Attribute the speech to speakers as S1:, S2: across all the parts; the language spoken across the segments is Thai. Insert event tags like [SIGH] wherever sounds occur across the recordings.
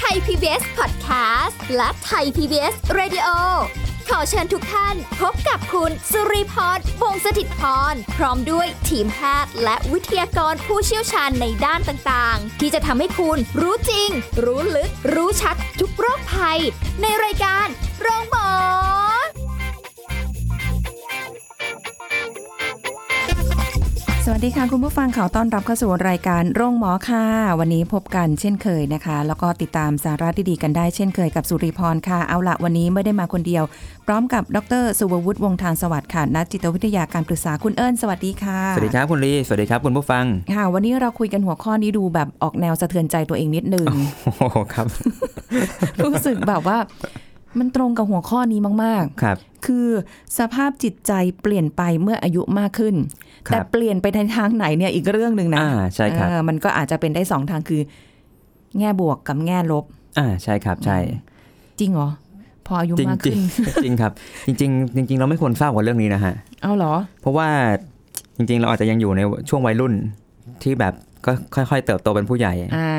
S1: PBS Podcast และไทย PBS Radio ขอเชิญทุกท่านพบกับคุณสุริพรวงศสถิตพร พร้อมด้วยทีมแพทย์และวิทยากรผู้เชี่ยวชาญในด้านต่างๆ ที่จะทำให้คุณรู้จริง รู้ลึก รู้ชัดทุกโรคภัย ในรายการโรงพยาบาล
S2: สวัสดีค่ะ คุณผู้ฟังข่าวต้อนรับเข้าสู่รายการโรงหมอค่ะ วันนี้พบกันเช่นเคยนะคะ แล้วก็ติดตามสาระดีๆกันได้เช่นเคยกับสุริพรค่ะ เอาละวันนี้ไม่ได้มาคนเดียว พร้อมกับดรสุวัวุฒิวงศ์ทางสวัสดิ์ค่ะนักจิตวิทยาการปรึกษาคุณเอิญสวัสดีค่ะ
S3: สวัสดีครับคุณลี สวัสดีครับคุณผู้ฟัง
S2: ค่ะ วันนี้เราคุยกันหัวข้อนี้ดูแบบออกแนวสะเทือนใจตัวเองนิด
S3: [LAUGHS]
S2: นึง
S3: โอ้โหครับ
S2: รู้สึกแบบว่า มันตรงกับหัวข้อนี้มากๆ
S3: ครับ
S2: คือสภาพจิตใจเปลี่ยนไปเมื่ออายุมากขึ้น
S3: ครับ
S2: แต่เปลี่ยนไปในทางไหนเนี่ยอีกเรื่องหนึ่งนะ
S3: อ่าใช่ครับ
S2: เออมันก็อาจจะเป็นได้สองทางคือ แง่บวกกับแง่ลบ
S3: อ่าใช่ครับ ใช่
S2: จริงเหรอ พออายุ
S3: จริง
S2: มาก
S3: จริ
S2: ขึ้
S3: ง
S2: น [LAUGHS]
S3: จริงครับ จริง ๆ จริง ๆ เราไม่ควรเศร้ากับเรื่องนี้นะฮะ
S2: เอาเหรอ
S3: เพราะว่าจริง ๆ เราอาจจะยังอยู่ในช่วงวัยรุ่นที่แบบก็ค่อย ๆ เติบโตเป็นผู้ใหญ่
S2: อ่า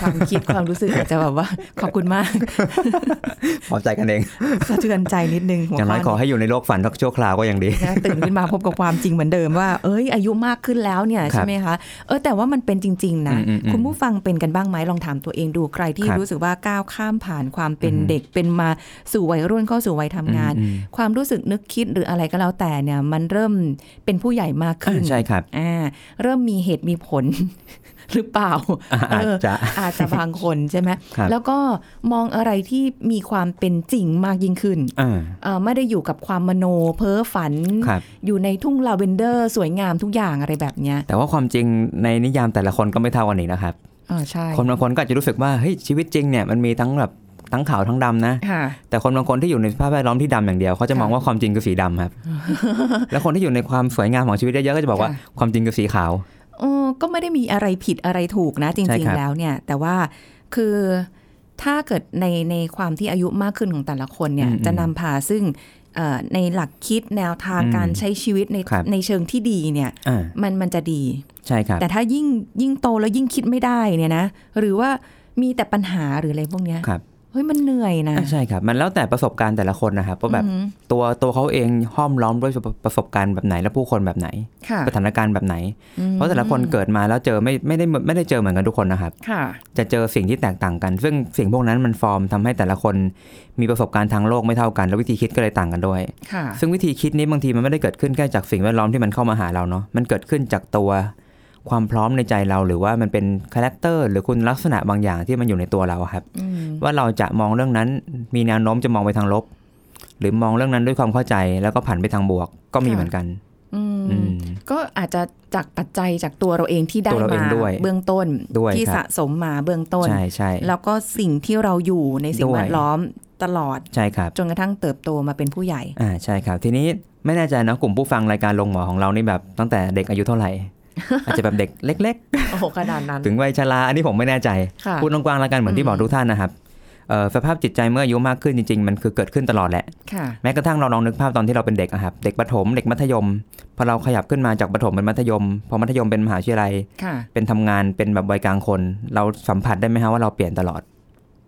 S2: ความคิด ความรู้สึกอาจจะแบบว่า [LAUGHS] ขอบคุณมาก
S3: พอใจกันเอง
S2: สะเทือนใจนิดนึงหัว
S3: อย่างน้
S2: ข้
S3: อยขอ
S2: อ
S3: ให้อยู่ในโลกฝันทักชั่วคราวก็ยังดี
S2: นี้นะตื่นขึ้นมาพบกับความจริงเหมือนเดิมว่า เอ้ย อายุมากขึ้นแล้วเนี่ย
S3: ครั
S2: ใช่
S3: บ
S2: ไหมคะเออแต่ว่ามันเป็นจริง ๆ นะ
S3: อืมอืมอืม
S2: คุณผู้ฟังเป็นกันบ้างไหมลองถามตัวเองดูใครที่
S3: ครับ
S2: รู้สึกว่าก้าวข้ามผ่านความเป็นเด็กเป็นมาสู่วัยรุ่นเข้าสู่วัยทำงาน
S3: อืม
S2: ความรู้สึกนึกคิดหรืออะไรก็แล้วแต่เนี่ย มันเริ่มเป็นผู้ใหญ่มาก
S3: อื
S2: ขึ้
S3: ม
S2: น
S3: ใช่ครับ
S2: อ่าเริ่มมีเหตุมีผล หรือเปล่า
S3: อ่าอาจจะ
S2: อาจจะบางคนใช่ไหม
S3: ครับ
S2: แล้วก็มองอะไรที่มีความเป็นจริงมากยิ่งขึ้น
S3: อ่า
S2: เอ่อไม่ได้อยู่กับความมโนเพ้อฝัน
S3: ครับ
S2: อยู่ในทุ่งลาเวนเดอร์สวยงามทุกอย่างอะไรแบบเนี้ย
S3: แต่ว่าความจริงในนิยามแต่ละคนก็ไม่เท่ากันอีกนะครับ
S2: อ่าใช่
S3: คนบางคนก็อาจจะรู้สึกว่าเฮ้ยชีวิตจริงเนี่ยมันมีทั้งแบบทั้งขาวทั้งดำนะ
S2: ค่ะ
S3: แต่คนบางคนที่อยู่ในสภาพแวดล้อมที่ดำอย่างเดียวเขาจะมอง
S2: ค่ะ
S3: ว่าความจริงคือสีดำ
S2: [LAUGHS]
S3: ครับ แล้วคนที่อยู่ในความสวยงามของชีวิตเยอะๆก็จะบอกว่า
S2: ค่ะ
S3: ความจริงคือสีขาว
S2: เออก็ไม่ได้มีอะไรผิดอะไรถูกนะ จ
S3: ใช่
S2: ริง
S3: ครั
S2: ๆ
S3: บ
S2: แล้วเนี่ย แต่ว่าคือถ้าเกิดในในความที่อายุมากขึ้นของแต่ละคนเนี่ย จะนำพาซึ่งเอ่อในหลักคิดแนวทาง
S3: อืม
S2: การใช้ชีวิตใน
S3: ครับ
S2: ในเชิงที่ดีเนี่ย
S3: อ่า
S2: มันมันจะดี
S3: ใช่ครับ
S2: แต่ถ้ายิ่งยิ่งโตแล้วยิ่งคิดไม่ได้เนี่ยนะ หรือว่ามีแต่ปัญหาหรืออะไรพวกเนี้ย
S3: ครับ
S2: เฮ้ยมันเหนื่อยนะ
S3: อ่าใช่ครับ มันแล้วแต่ประสบการณ์แต่ละคนนะครับว่าแบบ
S2: อือหือ
S3: ตัวตัวเขาเองห้อมล้อมด้วยประสบการณ์แบบไหนและผู้คนแบบไหน
S2: ค่ะ
S3: สถานการณ์แบบไหน เพราะแต่ละคนเกิดมาแล้วเจอไม่ไม่ได้ไม่ได้เจอเหมือนกันทุกคนนะครับ
S2: ค่ะ
S3: จะเจอสิ่งที่แตกต่างกัน ซึ่งสิ่งพวกนั้นมันฟอร์มทำให้แต่ละคนมีประสบการณ์ทางโลกไม่เท่ากัน และวิธีคิดก็เลยต่างกันด้วย
S2: ค่ะ
S3: ซึ่งวิธีคิดนี้บางทีมันไม่ได้เกิดขึ้นแค่จากสิ่งแวดล้อมที่มันเข้ามาหาเราเนาะ มันเกิดขึ้นจากตัวความพร้อมในใจเรา หรือว่ามันเป็นคาแรคเตอร์หรือคุณลักษณะบางอย่างที่มันอยู่ในตัวเราอะครับ
S2: อืม
S3: ว่าเราจะมองเรื่องนั้นมีแนวโน้มจะมองไปทางลบ หรือมองเรื่องนั้นด้วยความเข้าใจแล้วก็ผันไปทางบวกก็มีเหมือนกัน
S2: อืม
S3: อืม
S2: ก็อาจจะจากปัจจัยจากตัวเราเองที่ได้
S3: ตัวเราเอ
S2: มาง
S3: ด้วย
S2: เบื้องต้น
S3: ด้วย
S2: ที่
S3: ครับ
S2: สะสมมาเบื้องต้น
S3: ใช่ใช่
S2: แล้วก็สิ่งที่เราอยู่ในสิ่ง
S3: ด้วย
S2: แวดล้อมตลอด
S3: ใช่ครับ
S2: จนกระทั่งเติบโตมาเป็นผู้ใหญ่
S3: อ่าใช่ครับทีนี้ไม่แน่ใจนะกลุ่มผู้ฟังรายการลงหมอของเรานี่แบบตั้งแต่เด็กอายุเท่าไหร่ อาจจะแบบเด็กเล็ก
S2: โอ้โหขนาดนั้น
S3: ๆ ถึงวัยชราอันนี้ผมไม่แน่ใจ
S2: ค่ะ
S3: พูดกว้างๆแล้วกันเหมือน
S2: อื
S3: ที่
S2: ม
S3: บอกทุกท่านนะครับเอ่อสภาพจิตใจเมื่ออายุมากขึ้นจริงๆ มันคือเกิดขึ้นตลอดแหละ
S2: ค่ะ
S3: แม้กระทั่งเราลองนึกภาพตอนที่เราเป็นเด็กอะครับ เด็กประถม เด็กมัธยม พอเราขยับขึ้นมาจากประถมเป็นมัธยม พอมัธยมเป็นมหาวิทยาลัย
S2: ค่ะ
S3: เป็นทำงาน เป็นแบบวัยกลางคน เราสัมผัสได้ไหมฮะว่าเราเปลี่ยนตลอด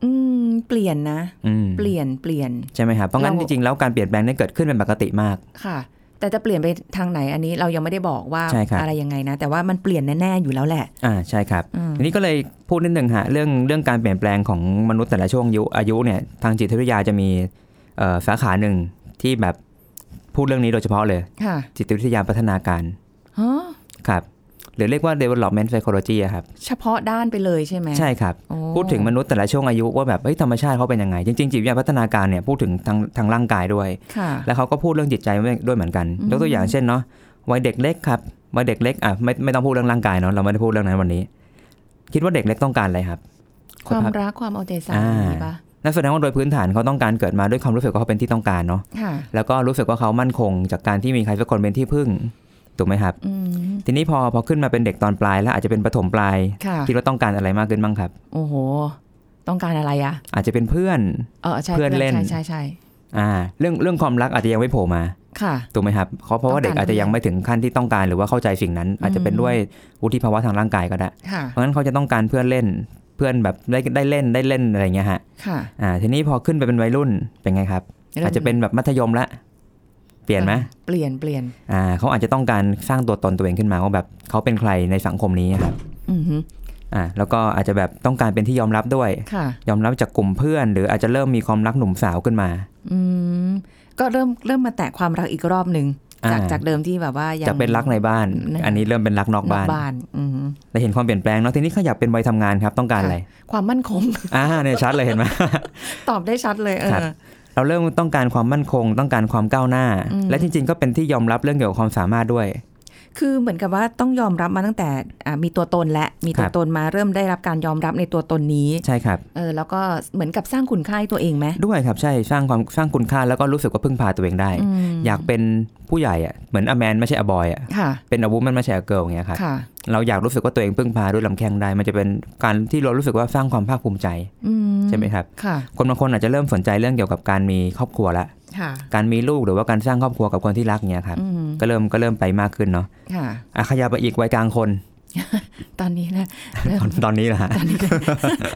S2: อืม เปลี่ยนนะ
S3: อืม
S2: เปลี่ยนเปลี่ยน
S3: ใช่ไหมครับ เพราะงั้น
S2: เรา
S3: จริงๆ แล้วการเปลี่ยนแปลงได้เกิดขึ้นเป็นปกติมาก
S2: ค่ะ แต่จะเปลี่ยนไปทางไหนอันนี้เรายังไม่ได้บอกว่า
S3: ใช่ครับ
S2: อะไรยังไงนะ แต่ว่ามันเปลี่ยนแน่ๆอยู่แล้วแหละ
S3: อ่า ใช่ครับ
S2: อืม
S3: ทีนี้ก็เลยพูดนิดหนึ่งฮะเรื่องเรื่องการเปลี่ยนแปลงของมนุษย์แต่ละช่วงอายุอายุเนี่ยทางจิตวิทยาจะมีเอ่อสาขาหนึ่งที่แบบพูดเรื่องนี้โดยเฉพาะเลย
S2: ค่ะ
S3: จิตวิทยาพัฒนาการ
S2: ฮะ
S3: ครับหรือเรียกว่า development psychology อะครับ
S2: เฉพาะด้านไปเลยใช่ไหม
S3: ใช่ครับ
S2: โอ้
S3: พูดถึงมนุษย์แต่ละช่วงอายุว่าแบบเอ้ยธรรมชาติเขาเป็นยังไง จริงๆจิตวิทยาพัฒนาการเนี่ยพูดถึงทางทางร่างกายด้วย
S2: ค่ะ
S3: แล้วเขาก็พูดเรื่องจิตใจด้วยเหมือนกันยกตัวอย่างเช่นเนาะวัยเด็กเล็กครับวัยเด็กเล็กอ่ะไม่ไม่ต้องพูดเรื่องร่างกายเนาะเราไม่ได้พูดเรื่องนั้นวันนี้ คิดว่าเด็กเล็กต้องการอะไรครับ
S2: ความรักความเอาใจใส่
S3: อ่า
S2: อย่างนี้ปะ
S3: นั่นแสดงว่าโดยพื้นฐานเขาต้องการเกิดมาด้วยความรู้สึกว่าเขาเป็นที่ต้องการเนาะ
S2: ค่ะ
S3: แล้วก็รู้สึกว่าเขามั่นคง จากการที่มีใครสักคนเป็นที่พึ่งถูกไหมครับ
S2: อืม
S3: ทีนี้พอพอขึ้นมาเป็นเด็กตอนปลายแล้วอาจจะเป็นประถมปลาย
S2: ค่ะ
S3: คิดว่าต้องการอะไรมากขึ้นบ้างครับ
S2: โอ้โห ต้องการอะไรอะ
S3: อาจจะเป็นเพื่อน
S2: เออใช่
S3: เพื่อนเล่น
S2: ใช่ใช่ใช่
S3: อ่าเรื่องเรื่องความรักอาจจะยังไม่โผล่มา
S2: ค่ะ
S3: ถูกไหมครับเขาเพราะว่าเด็กอาจจะยังไม่ถึงขั้นที่ต้องการหรือว่าเข้าใจสิ่งนั้น อาจจะเป็นด้วยวุฒิภาวะทางร่างกายก็ได้
S2: ค่ะ
S3: เพราะงั้นเขาจะต้องการเพื่อนเล่น เพื่อนแบบได้ได้เล่นได้เล่นอะไรเงี้ยฮะ
S2: ค่ะ
S3: อ่าทีนี้พอขึ้นไปเป็นวัยรุ่นเป็นไงครับ อาจจะเป็นแบบมัธยมละเปลี่ยนไหม
S2: เปลี่ยนเปลี่ยน
S3: อ่าเขาอาจจะต้องการสร้างตัวตนตัวเองขึ้นมาว่าแบบเขาเป็นใครในสังคมนี้ครับ
S2: อือฮึ
S3: อ่าแล้วก็อาจจะแบบต้องการเป็นที่ยอมรับด้วย
S2: ค่ะ
S3: ยอมรับจากกลุ่มเพื่อน หรืออาจจะเริ่มมีความรักหนุ่มสาวขึ้นมา
S2: อืมก็เริ่มเริ่มมาแตะความรักอีกรอบหนึ่ง
S3: อ่า
S2: จากจากเดิมที่แบบว่ายัง
S3: จะเป็นรักในบ้าน
S2: นะ
S3: อันนี้เริ่มเป็นรักนอกบ้าน
S2: บ้านอืม
S3: แต่เห็นความเปลี่ยนแปลงเนาะทีนี้เขาอยากเป็นวัยทำงานครับต้องการอะไร
S2: ค่ะ ความมั่นคง [LAUGHS]
S3: อ่าเนี่ยชัดเลยเห็นไหม
S2: ตอบได้ชัดเลยเอ
S3: ครับ
S2: อ
S3: เราเริ่มต้องการความมั่นคง ต้องการความก้าวหน้า
S2: อืม
S3: และจริง ๆ ก็เป็นที่ยอมรับเรื่องเกี่ยวกับความสามารถด้วย
S2: คือเหมือนกับว่าต้องยอมรับมาตั้งแต่อ่ามีตัวตนและมีตั
S3: คว รับ
S2: ตนมาเริ่มได้รับการยอมรับในตัวตนนี้
S3: ใช่ครับ
S2: เออแล้วก็เหมือนกับสร้างคุณค่าให้ตัวเองไหม
S3: ด้วยครับใช่สร้างความสร้างคุณค่าแล้วก็รู้สึกว่าพึ่งพาตัวเองได้
S2: อืม
S3: อยากเป็นผู้ใหญ่อะเหมือนอแมนไม่ใช่อบอยอะ
S2: ค่ะ
S3: เป็นอาวุธมันไม่ใช่อเกิลอย่างเงี้ยครับ
S2: ค่ะ
S3: เราอยากรู้สึกว่าตัวเองพึ่งพาด้วยลำแข้งได้ มันจะเป็นการที่เรารู้สึกว่าสร้างความภาคภูมิใจ
S2: อื
S3: ใช่ไหมครับ
S2: ค่ะ
S3: คนบางคนอาจจะเริ่มสนใจเรื่องเกี่ยวกับการมีครอบครัวละ
S2: ค่ะ
S3: การมีลูกหรือว่าการสร้างครอบครัวกับคนที่รักเงี้ยครับ
S2: อืม
S3: ก็เริ่มก็เริ่มไปมากขึ้นเนาะ
S2: ค่ะ
S3: อ่ะขยับไปอีกวัยกลางคน [LAUGHS]
S2: ตอนนี้นะ เริ่ม
S3: ตอนตอนนี้
S2: [LAUGHS]
S3: นะฮะ
S2: ตอนนี้ก็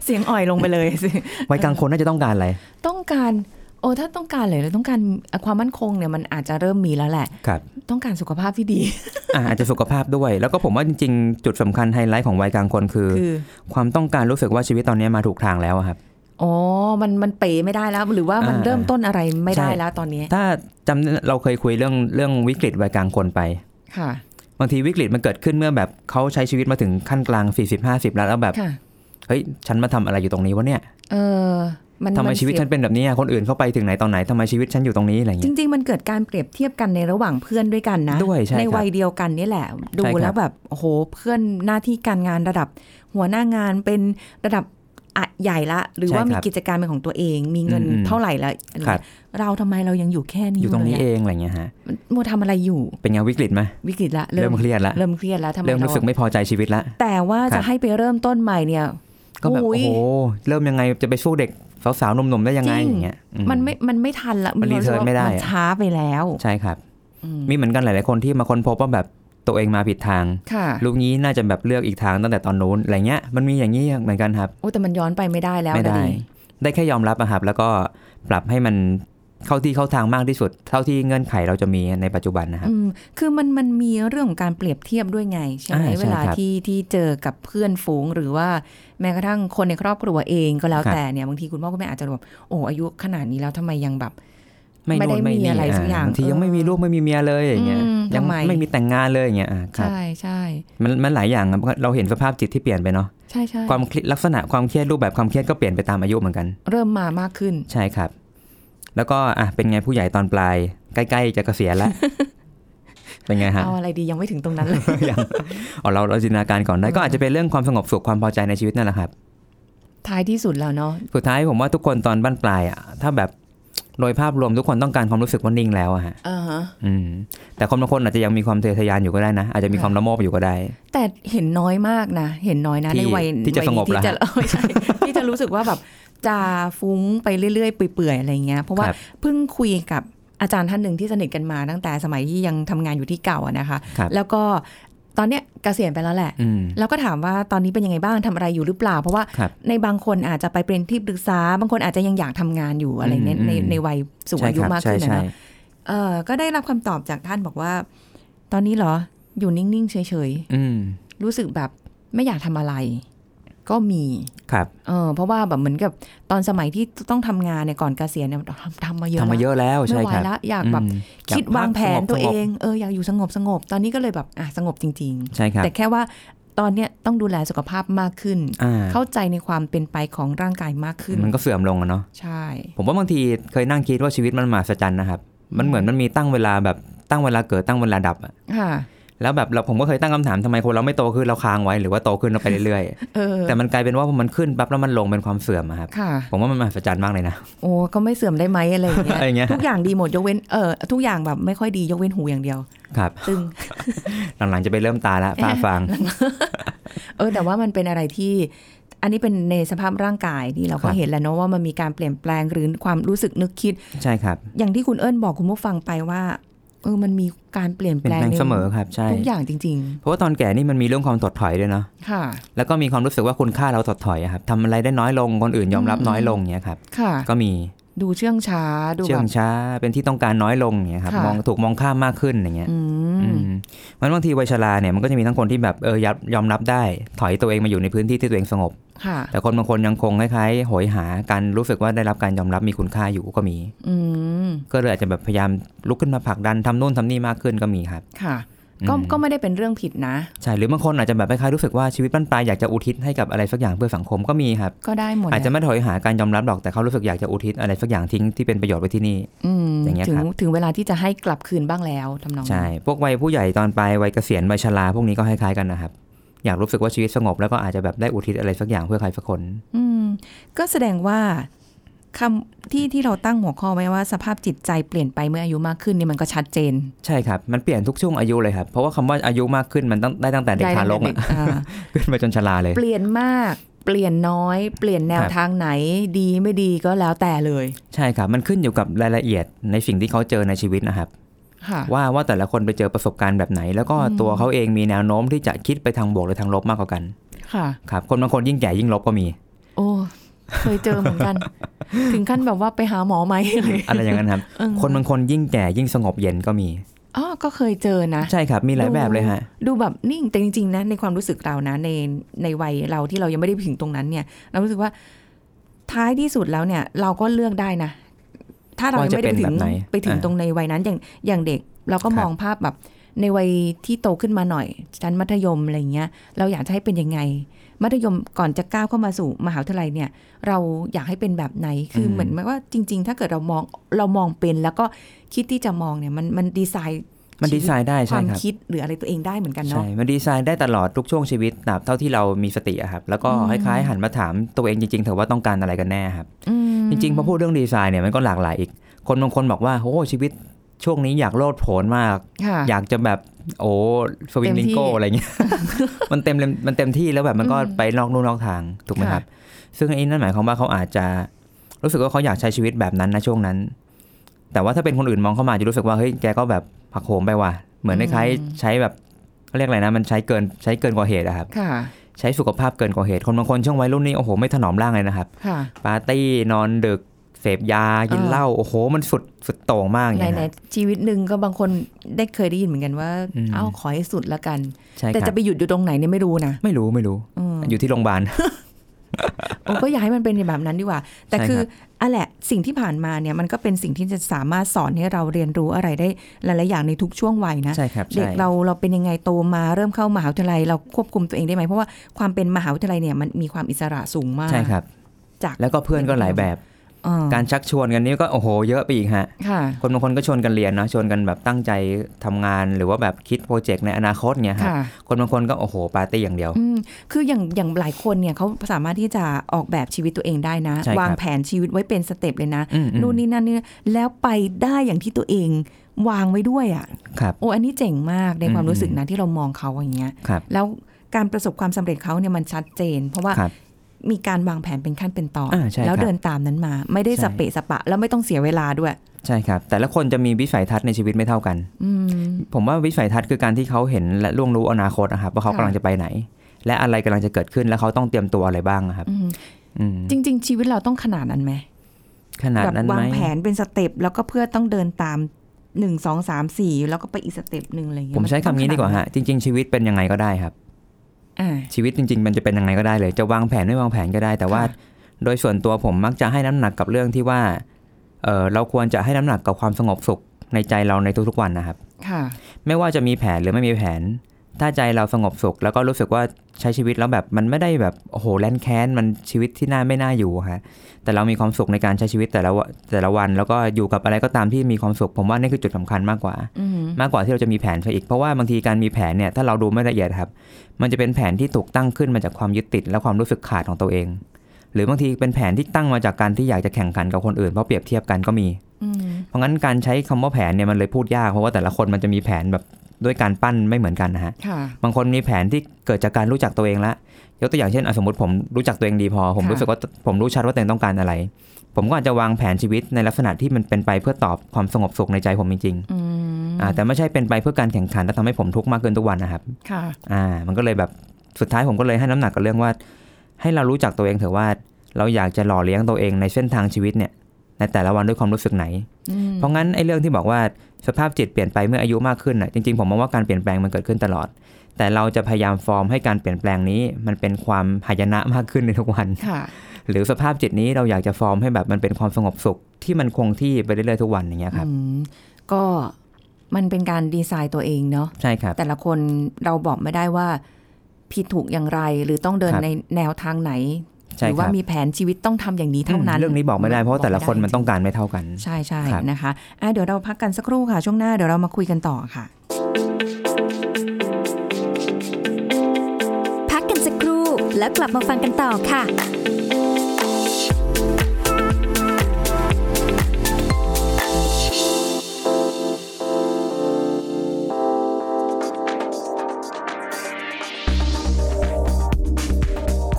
S2: เสียงอ่อยลงไปเลย [LAUGHS] สิ
S3: วัยกลางคนน่าจะต้องการอะไร
S2: ต้องการโอ้ถ้าต้องการเลยเลยต้องการอ่ะความมั่นคงเนี่ยมันอาจจะเริ่มมีแล้วแหละ
S3: ครับ
S2: ต้องการสุขภาพที่ดี
S3: อ่ะอาจจะสุขภาพด้วย แล้วก็ผมว่าจริงๆ จุดสำคัญไฮไลท์ของวัยกลางคนคือ
S2: คือ
S3: ความต้องการรู้สึกว่าชีวิตตอนนี้มาถูกทางแล้วอะครับ
S2: อ๋อ มันมันเป๋ไม่ได้แล้ว หรือว่ามัน
S3: อ่า
S2: เริ่มต้นอะไรไม่ได้
S3: ใช่
S2: แล้วตอนนี้
S3: ถ้าจำเราเคยคุยเรื่องเรื่องวิกฤตวัยกลางคนไป
S2: ค่ะ
S3: บางทีวิกฤตมันเกิดขึ้นเมื่อแบบเขาใช้ชีวิตมาถึงขั้นกลาง 40-50 แล้วแล้วแบบ
S2: ค่ะ
S3: เฮ้ยฉันมาทำอะไรอยู่ตรงนี้วะเนี่ย
S2: เออ มัน
S3: ทำไม
S2: น
S3: ชีวิตฉัน
S2: เสีย
S3: เป็นแบบนี้อะคนอื่นเข้าไปถึงไหนตอนไหนทำไมชีวิตฉันอยู่ตรงนี้อะไรอย่าง
S2: จ
S3: เงี้ย
S2: ริง ๆ มันเกิดการเปรียบเทียบกันในระหว่างเพื่อนด้วยกันนะ
S3: ด้วยใช่ครับ
S2: วัยเดียวกันนี่แหละ ดู
S3: ใช่ครับ
S2: แล้วแบบโอ้โหเพื่อนหน้าที่การงานระดับ หัวหน้างานเป็นระดับอ่ะใหญ่ละ หรือว่ามีกิจการเป็นของตัวเอง มีเงินเท่าไหร่ละอะไร
S3: ครับ
S2: เงี้ยเราทำไมเรายังอยู่แค่นี้
S3: อยู่ตรงนี้
S2: ล
S3: เอะ งอะไรอย่างเงี้ยฮะ
S2: มันโมทำอะไรอยู่
S3: เป็นไงวิกฤตไหม
S2: วิกฤตละ
S3: เริ่มเครียดละ
S2: เริ่มเครียดแล้วทำไม
S3: เริ่มรู้สึก
S2: า
S3: ไม่พอใจชีวิตละ
S2: แต่ว่าจะให้ไปเริ่มต้นใหม่เนี่ย
S3: ก็แบบ
S2: อุ๊
S3: โอ้
S2: ย
S3: โหเริ่มยังไงจะไปสู้เด็กสาวๆหนุ่มๆได้ยังไง
S2: จริง
S3: อย่างเงี้ยอื
S2: มันไม่มันไม่ทันละ
S3: มัน
S2: ควาสึก
S3: รีเทิร์นไม่ได้
S2: ว่า
S3: อะ
S2: นช้าไปแล้ว
S3: ใช่ครับ
S2: อืม
S3: มีเหมือนกันหลายๆคนที่มาค้นพบว่าแบบตัวเองมาผิดทาง
S2: ค่ะ
S3: ลูกนี้น่าจะแบบเลือกอีกทางตั้งแต่ตอนนู้นอะไรเงี้ยมันมีอย่างนี้เหมือนกันครับ
S2: โอ้แต่มันย้อนไปไม่ได้แล้ว
S3: ไม่ได้
S2: นะ
S3: ได้แค่ยอมรับอะครับ แล้วก็ปรับให้มันเข้าที่เข้าทางมากที่สุด เท่าที่เงื่อนไขเราจะมีในปัจจุบันนะครับ
S2: อืมคือมันมันมีเรื่องของการเปรียบเทียบด้วยไงใช่ไหม
S3: อ่าใช่
S2: เวลา
S3: ครับ
S2: ที่ที่เจอกับเพื่อนฝูง หรือว่าแม้กระทั่งคนในครอบครัวเองก็แล้ว
S3: ครับ
S2: แต่เนี่ยบางทีคุณพ่อคุณแม่อาจจะแบบโอ้อายุขนาดนี้แล้วทำไมยังแบบ
S3: นู่น
S2: ไม่ได้มีอะไรสักอย่าง
S3: บางทียัง
S2: เออ
S3: ไม่มีลูกไม่มีเมียเลยอย่างเงี้ย
S2: อืม
S3: ยั
S2: ทำไม
S3: ไม่มีแต่งงานเลยอย่างเงี้ยอ่ะครับ
S2: ใช่ใช่
S3: มันมันหลายอย่างครับเราเห็นสภาพจิตที่เปลี่ยนไปเนาะ
S2: ใช่ใช่
S3: ความเครียดลักษณะความเครียดรูปแบบความเครียดก็เปลี่ยนไปตามอายุเหมือนกัน
S2: เริ่มมามากขึ้น
S3: ใช่ครับ แล้วก็อ่ะเป็นไงผู้ใหญ่ตอนปลาย ใกล้ๆจะเกษียณแล้ว
S2: [LAUGHS]
S3: เป็นไงฮะ
S2: เอาอะไรดียังไม่ถึงตรงนั้นเลย [LAUGHS]
S3: ยังอ๋อเราเราจินตนาการก่อนได้ก็อาจจะเป็นเรื่องความสงบสุขความพอใจในชีวิตนั่นแหละครับ
S2: ท้ายที่สุดแล้วเนาะ
S3: สุดท้ายผมว่าทุกคนตอนบ้านปลายอ่ะถ้าแบบโดยภาพรวมทุกคนต้องการความรู้สึกว่านิ่งแล้วอะฮะ
S2: อ่าฮะ
S3: อืมแต่คนบางคนอาจจะยังมีความทะเยอทะยานอยู่ก็ได้นะ อาจจะมีความละโมบอยู่ก็ได้
S2: แต่เห็นน้อยมากนะ เห็นน้อยนะ
S3: ที่
S2: ในวัย
S3: ที่จะ
S2: วัย
S3: สงบ
S2: ที่
S3: แล้ว
S2: จะ [LAUGHS] เออไม่ใช่ ที่จะรู้สึกว่าแบบจะฟุ้งไปเรื่อยๆเปื่อยๆอะไรเงี้ยเพราะว่า
S3: ครับ
S2: เพิ่งคุยกับอาจารย์ท่านหนึ่งที่สนิทกันมาตั้งแต่สมัยที่ยังทำงานอยู่ที่เก่าอะนะคะ
S3: ครับ
S2: แล้วก็ตอนเนี้ยเกษียณไปแล้วแหละ
S3: อืม
S2: แล้วก็ถามว่าตอนนี้เป็นยังไงบ้างทำอะไรอยู่หรือเปล่า เพราะว่า
S3: ครับ
S2: ในบางคนอาจจะไปเป็นที่ปรึกษา บางคนอาจจะยังอยากทำงานอยู่อะไรเนี่ย
S3: อืม
S2: ใน
S3: อืม
S2: ในวัยสูง
S3: ใช่
S2: อายุ
S3: ครับ
S2: มาก
S3: ใช่
S2: ขึ้นนะ
S3: ใช่
S2: เนาะเออก็ได้รับคำตอบจากท่านบอกว่า ตอนนี้เหรออยู่นิ่งๆเฉยๆ
S3: อืม
S2: รู้สึกแบบไม่อยากทำอะไร ก็มี
S3: ครับ
S2: เออเพราะว่าแบบเหมือนกับตอนสมัยที่ต้องทำงานเนี่ยก่อนเกษียณเนี่ยทำทำมาเยอะ
S3: ทำมาเยอะแล้ว
S2: แล้ว
S3: ใช่
S2: ไม่ไหว
S3: ครับ
S2: แล้วอยากแบบ
S3: อืม
S2: คิดวางแผนตัวเอ
S3: ส
S2: ง
S3: งบ
S2: เอออยากอยู่สงบสงบตอนนี้ก็เลยแบบอ่ะสงบจริง
S3: ๆใช่
S2: ๆ
S3: ครับ
S2: แต่แค่ว่าตอนเนี้ยต้องดูแลสุขภาพมากขึ้น
S3: อ่า
S2: เข้าใจในความเป็นไปของร่างกายมากขึ้น
S3: มันก็เสื่อมลงอะเนาะ
S2: ใช่
S3: ผมว่าบางทีเคยนั่งคิดว่าชีวิตมันมหัศจรรย์นะครับ มันเหมือนมันมีตั้งเวลาแบบตั้งเวลาเกิดตั้งเวลาดับอะ
S2: ค่ะ
S3: แล้วแบบเราผมก็เคยตั้งคำถามทำไมคนเราไม่โตขึ้นเราค้างไว้หรือว่าโตขึ้นเราไปเรื่อย
S2: เออ
S3: ๆ แต่มันกลายเป็นว่าพอมันขึ้นปั๊บแล้วมันลงเป็นความเสื่อมอะครับ
S2: ค่ะ
S3: ผมว่ามันมหัศจรรย์มา
S2: [LAUGHS]
S3: กเลยนะ
S2: โอ้ก็ไม่เสื่อมได้ไหมอะไรอย่างเงี้ย
S3: [LAUGHS] อะไรเงี้ย
S2: ทุกอย่างดีหมดยกเว้นเออทุกอย่างแบบไม่ค่อยดียกเว้นหูอย่างเดียว
S3: ครับ
S2: ตึง
S3: หลังๆจะไปเริ่มตาละฟ้าฟาง
S2: เออแต่ว่ามันเป็นอะไรที่ อันนี้เป็นในสภาพร่างกายที่เรา
S3: ครั
S2: ก็
S3: บ
S2: เห็นแล้วเนาะว่ามันมีการเปลี่ยนแปลงหรือความรู้สึกนึกคิด
S3: ใช่ครับ
S2: อย่างที่คุณเอิญบอกคุณผู้ฟังไปว่า เออมันมีการเปลี่ยน
S3: เป็
S2: แป
S3: น
S2: ลง
S3: แปลง
S2: ใน
S3: เสมอครับใช่
S2: ทุกอย่างจริง
S3: เพราะว่าตอนแก่นี่มันมีเรื่องความถดถอยด้วยเนาะ
S2: ๆ ค่ะ
S3: แล้วก็มีความรู้สึกว่าคุณค่าเราถดถอยอะครับทำอะไรได้น้อยลงคนอื่นยอมรับน้อยลงเนี้ยครับ
S2: ค่ะ
S3: ก็มี
S2: ดูเชื่องช้าดู
S3: เชื่
S2: แบ
S3: อบ งช้าเป็นที่ต้องการน้อยลงเนี้ยครับ
S2: ค่ะ
S3: มองถูกมองข้ามมากขึ้นอย่างเงี้ย
S2: อื
S3: อื
S2: ม
S3: มมันบางทีวัยชราเนี่ยมันก็จะมีทั้งคนที่แบบเออยับยอมรับได้ ถอยตัวเองมาอยู่ในพื้นที่ที่ตัวเองสงบ
S2: ค่ะ
S3: แต่คนบางคนยังคงคล้ายๆโหยหาการรู้สึกว่าได้รับการยอมรับมีคุณค่าอยู่ก็มี
S2: อืม
S3: ก็เลยอาจจะแบบพยายามลุกขึ้นมาผลักดันทำนู่นทำนี่มากขึ้นก็มีครับ
S2: ค่ะ ก็
S3: อืม
S2: ก็ไม่ได้เป็นเรื่องผิดนะ
S3: ใช่หรือบางคนอาจจะแบบคล้ายๆรู้สึกว่าชีวิตบั้นปลายอยากจะอุทิศให้กับอะไรสักอย่างเพื่อสังคมก็มีครับ
S2: ก็ได้หมด
S3: อาจจะ
S2: แหล
S3: ไม่ถอยหาการยอมรับหรอกแต่เขารู้สึกอยากจะอุทิศอะไรสักอย่างทิ้งที่เป็นประโยชน์ไว้ที่นี่
S2: อืม
S3: อย่างเงี้ย
S2: ถึ
S3: ค
S2: ง
S3: รับ
S2: ถึงเวลาที่จะให้กลับคืนบ้างแล้วทำนองนั้น
S3: ใช่ พวกวัยผู้ใหญ่ตอนปลายวัยเกษียณวัยชราพวกนี้ก็คล้ายๆกันนะครับ อยากรู้สึกว่าชีวิตสงบแล้วก็อาจจะแบบได้อุทิศอะไรสักอย่างเพื่อใครสักคน
S2: อืม ก็แสดงว่าคำที่ที่เราตั้งหัวข้อไว้ว่าสภาพจิตใจเปลี่ยนไปเมื่ออายุมากขึ้นนี่มันก็ชัดเจน
S3: ใช่ครับ มันเปลี่ยนทุกช่วงอายุเลยครับ เพราะว่าคำว่าอายุมากขึ้นมันตั้งได้ตั้งแต่เด็ก
S2: ได้
S3: ทารก
S2: ตั้งแต่เด็
S3: อะ
S2: กอ่า
S3: ขึ้นไปจนชราเลย
S2: เปลี่ยนมาก เปลี่ยนน้อย เปลี่ยนแนว
S3: ครับ
S2: ทางไหน ดีไม่ดีก็แล้วแต่เลย
S3: ใช่ครับ มันขึ้นอยู่กับรายละเอียดในสิ่งที่เขาเจอในชีวิตนะครับ
S2: ค่ะ
S3: ว่าว่าแต่ละคนไปเจอประสบการณ์แบบไหน แล้วก็ตัวเขาเองมีแนวโน้มที่จะคิดไปทางบวกหรือทางลบมากกว่ากัน
S2: ค่ะ
S3: ครับคนบางคนยิ่งแก่ยิ่งลบก็มี
S2: โอ้ เคยเจอเหมือนกัน ถึงขั้นแบบว่าไปหาหมอไหมเลย
S3: อะไรอย่างนั้นครับ
S2: เออ
S3: คนบางคนยิ่งแก่ยิ่งสงบเย็นก็มี
S2: อ๋อ ก็เคยเจอนะ
S3: ใช่ครับ มีหลายแบบเลยฮะ
S2: ดูแบบนิ่งแต่จริงๆนะในความรู้สึกเรานะในในวัยเราที่เรายังไม่ได้ไปถึงตรงนั้นเนี่ย เรารู้สึกว่าท้ายที่สุดแล้วเนี่ย เราก็เลือกได้นะ ถ้าเรายังไม่ได้ไปถึง
S3: ว่าจะเป็นแบบไหน
S2: ไปถึง
S3: อ่า
S2: ตรงในวัยนั้นอย่างอย่างเด็ก เราก็
S3: ครับ
S2: มองภาพแบบในวัยที่โตขึ้นมาหน่อยชั้นมัธยมอะไรเงี้ย เราอยากจะให้เป็นยังไง มัธยมก่อนจะก้าวเข้ามาสู่มหาวิทยาลัยเนี่ย เราอยากให้เป็นแบบไหนคือเหมือนว่าจริง ๆ ถ้าเกิดเรามองเรามองเป็น แล้วก็คิดที่จะมองเนี่ยมันมันดีไซน์
S3: มันดีไซน์ได้
S2: ค
S3: ใช่
S2: วาม
S3: ครับ
S2: คิดหรืออะไรตัวเองได้เหมือนกันเนาะ
S3: ใช่ มันดีไซน์ได้ตลอดทุกช่วงชีวิตตราบเท่าที่เรามีสติอะครับ แล้วก็คล้ายๆหันมาถามตัวเองจริงๆเถอะว่าต้องการอะไรกันแน่ครับ
S2: อืม
S3: จริงๆพอพูดเรื่องดีไซน์เนี่ยมันก็หลากหลายอีก คนบางคนบอกว่าโอ้ชีวิตช่วงนี้อยากโลดโผนมาก
S2: ค่ะ
S3: อยากจะแบบโอ้สวิง
S2: เต็ม
S3: ลิงโก้
S2: ที่
S3: อะไรเงี้ย
S2: [LAUGHS]
S3: มันเต็มมันเต็มที่แล้วแบบมันก็ไปนอกนู่นนอกทางถูกไหม
S2: ค่ะ
S3: ครับ ซึ่งไอ้นั่นหมายความว่าเขาอาจจะรู้สึกว่าเขาอยากใช้ชีวิตแบบนั้นนะช่วงนั้น แต่ว่าถ้าเป็นคนอื่นมองเข้ามาจะรู้สึกว่าเฮ้ยแกก็แบบผักโหมไปว่ะเหมือนคล้ายๆใช้แบบเขาเรียกอะไรนะ มันใช้เกินใช้เกินกว่าเหตุอะครับ
S2: ค่ะ
S3: ใช้สุขภาพเกินกว่าเหตุคนบางคนช่วงวัยรุ่นนี่โอ้โหไม่ถนอมร่างเลยนะครับ
S2: ค่ะ
S3: ปาร์ตี้นอนดึก เสพยากิน
S2: เออ
S3: เหล้าโอ้โห มันสุดสุดโต่งมากอย่าง
S2: ใน
S3: เงี้ย
S2: ใน
S3: ฮะ
S2: ชีวิตหนึ่งก็บางคนได้เคยได้ยินเหมือนกันว่า
S3: อืม
S2: เอ้าขอให้สุดละกัน
S3: ใช่
S2: แต่
S3: ครั
S2: จะ
S3: บ
S2: ไปหยุดอยู่ตรงไหนเนี่ยไม่รู้นะ
S3: ไม่รู้ไม่รู้
S2: เออ
S3: อยู่ที่โรงพยาบาล
S2: โอ้ก็อย่าให้มันเป็นแบบนั้นดีกว่า แต่
S3: ใช่ครับ
S2: คืออันแหละสิ่งที่ผ่านมาเนี่ยมันก็เป็นสิ่งที่จะสามารถสอนให้เราเรียนรู้อะไรได้หลาย ๆ อย่างในทุกช่วงวัยนะ
S3: ใช่ครับ
S2: เด็
S3: ใช่
S2: กเราเราเป็นยังไงโตมาเริ่มเข้ามหาวิทยาลัยเราควบคุมตัวเองได้ไหมเพราะว่าความเป็นมหาวิทยาลัยเนี่ยมันมีความอิสระสูงมาก
S3: ใช่ครับ
S2: จาก
S3: แล้วก็เพื่อนก็หลายแบบ
S2: เออ
S3: การชักชวนกันนี่ก็โอ้โห เยอะไปอีกฮะ
S2: ค่ะ
S3: คนบางคนก็ชวนกันเรียนเนอะชวนกันแบบตั้งใจทำงานหรือว่าแบบคิดโปรเจกต์ในอนาคตเนี่ยฮะ
S2: ค่ะ
S3: คนบางคนก็โอ้โหปาร์ตี้อย่างเดียว
S2: อืมคืออย่างอย่างหลายคนเนี่ยเขาสามารถที่จะออกแบบชีวิตตัวเองได้นะ
S3: ใช่ครับ
S2: วางแผนชีวิตไว้เป็นสเต็ปเลยนะ
S3: อืมอืม
S2: นู่นนี่นั่นนี่แล้วไปได้อย่างที่ตัวเองวางไว้ด้วยอะ่ะ
S3: ครับ
S2: โอ้อันนี้เจ๋งมากในความ
S3: อืม
S2: รู้สึกนะที่เรามองเขาอย่างเงี้ย
S3: ครับ
S2: แล้วการประสบความสำเร็จเขาเนี่ยมันชัดเจน เพราะว่า
S3: ครับ มี
S2: มีการวางแผนเป็นขั้นเป็นตอน
S3: อ่าใช่
S2: แล้ว
S3: ครับ
S2: เดินตามนั้นมา ไม่ได้
S3: ใช่
S2: สเปะสปะ แล้วไม่ต้องเสียเวลาด้วย
S3: ใช่ครับ แต่ละคนจะมีวิสัยทัศน์ในชีวิตไม่เท่ากัน
S2: อืม
S3: ผมว่าวิสัยทัศน์คือการที่เขาเห็นและล่วงรู้อนาคตนะครับว่าเขา
S2: ค่ะ
S3: กำลังจะไปไหน และอะไรกำลังจะเกิดขึ้นแล้วเขาต้องเตรียมตัวอะไรบ้างอะครับ
S2: อืม
S3: อืม
S2: จริง ๆ ชีวิตเราต้องขนาดนั้นไหม
S3: ขนาด
S2: แบบ
S3: นั้น
S2: วา
S3: ไหม
S2: งแผนเป็นสเต็ปแล้วก็เพื่อต้องเดินตามหนึ่งสองสามสี่แล้วก็ไปอีกสเต็ปหนึ่งอะไรอย่าง
S3: ผ
S2: เงี้ย
S3: มใช้คำนี้ดีกว่าฮะ จริง ๆ ชีวิตเป็นยังไงก็ได้ครับ
S2: อ่า
S3: ชีวิตจริง ๆ มันจะเป็นยังไงก็ได้เลย จะวางแผนไม่วางแผนก็ได้ แต่ว่า
S2: ค่ะ
S3: โดยส่วนตัวผมมักจะให้น้ำหนักกับเรื่องที่ว่าเออเราควรจะให้น้ำหนักกับความสงบสุขในใจเราในทุกๆวันนะครับ
S2: ค่ะ
S3: ไม่ว่าจะมีแผนหรือไม่มีแผน ถ้าใจเราสงบสุข แล้วก็รู้สึกว่าใช้ชีวิตแล้วแบบมันไม่ได้แบบโอ้โหแลนแค้นมันชีวิตที่น่าไม่น่าอยู่ฮะแต่เรามีความสุขในการใช้ชีวิตแต่ละวันแต่ละวัน แล้วก็อยู่กับอะไรก็ตามที่มีความสุข ผมว่านี่คือจุดสำคัญมากกว่า
S2: อืม
S3: มากกว่าที่เราจะมีแผนซะอีก เพราะว่าบางทีการมีแผนเนี่ยถ้าเราดูไม่ละเอียดครับ มันจะเป็นแผนที่ถูกตั้งขึ้นมาจากความยึดติด และความรู้สึกขาดของตัวเอง หรือบางทีเป็นแผนที่ตั้งมาจากการที่อยากจะแข่งขันกับคนอื่นเพราะเปรียบเทียบกันก็มี
S2: อืม
S3: เพราะงั้นการใช้คำว่าแผนเนี่ยมันเลยพูดยากเพราะว่าแต่ละคนมันจะมีแผนแบบ ด้วยการปั้นไม่เหมือนกันนะฮะ
S2: ค่ะ
S3: บางคนมีแผนที่เกิดจากการรู้จักตัวเองละยกตัวอย่างเช่นอ่ะสมมติผมรู้จักตัวเองดีพอ ผม
S2: ค่ะ
S3: รู้สึกว่าผมรู้ชัดว่าตัวเองต้องการอะไร ผมก็อาจจะวางแผนชีวิตในลักษณะที่มันเป็นไปเพื่อตอบความสงบสุขในใจผมจริง
S2: อืม
S3: ๆอ่าแต่ไม่ใช่เป็นไปเพื่อการแข่งขันและทำให้ผมทุกข์มากเกินทุกวันนะครับ
S2: ค่ะ
S3: อ่ามันก็เลยแบบสุดท้ายผมก็เลยให้น้ำหนักกับเรื่องว่า ให้เรารู้จักตัวเองเถอะว่า เราอยากจะหล่อเลี้ยงตัวเองในเส้นทางชีวิตเนี่ยในแต่ละวันด้วยความรู้สึกไหน
S2: อืม
S3: เพราะงั้นไอ้เรื่องที่บอกว่าสภาพจิตเปลี่ยนไปเมื่ออายุมากขึ้นน่ะจริงๆผมมองว่าการเปลี่ยนแปลงมันเกิดขึ้นตลอด แต่เราจะพยายามฟอร์มให้การเปลี่ยนแปลงนี้ มันเป็นความหายนะมากขึ้นในทุกวัน [LAUGHS]
S2: ค่ะ
S3: หรือสภาพจิตนี้เราอยากจะฟอร์มให้แบบมันเป็นความสงบสุขที่มันคงที่ไปเรื่อยๆทุกวันอย่างเงี้ยครับ
S2: อืมก็มันเป็นการดีไซน์ตัวเองเนาะ
S3: ใช่ครับ
S2: แต่ละคนเราบอกไม่ได้ว่า ผิดถูกอย่างไร หรือต้องเดิน
S3: ครับ
S2: ในแนวทางไหน ห
S3: ใช่
S2: รือ
S3: ค
S2: ว่า
S3: รับ
S2: มีแผนชีวิตต้องทำอย่างนี้เท่านั้น
S3: อืมเรื่องนี้บอกไม่ได้เพราะว่าแต่ละคนมันต้องการไม่เท่ากัน
S2: ใช่ใช่
S3: ครับ
S2: นะคะอ่ะเดี๋ยวเราพักกันสักครู่ค่ะ ช่วงหน้าเดี๋ยวเรามาคุยกันต่อค่ะ
S1: พักกันสักครู่แล้วกลับมาฟังกันต่อค่ะ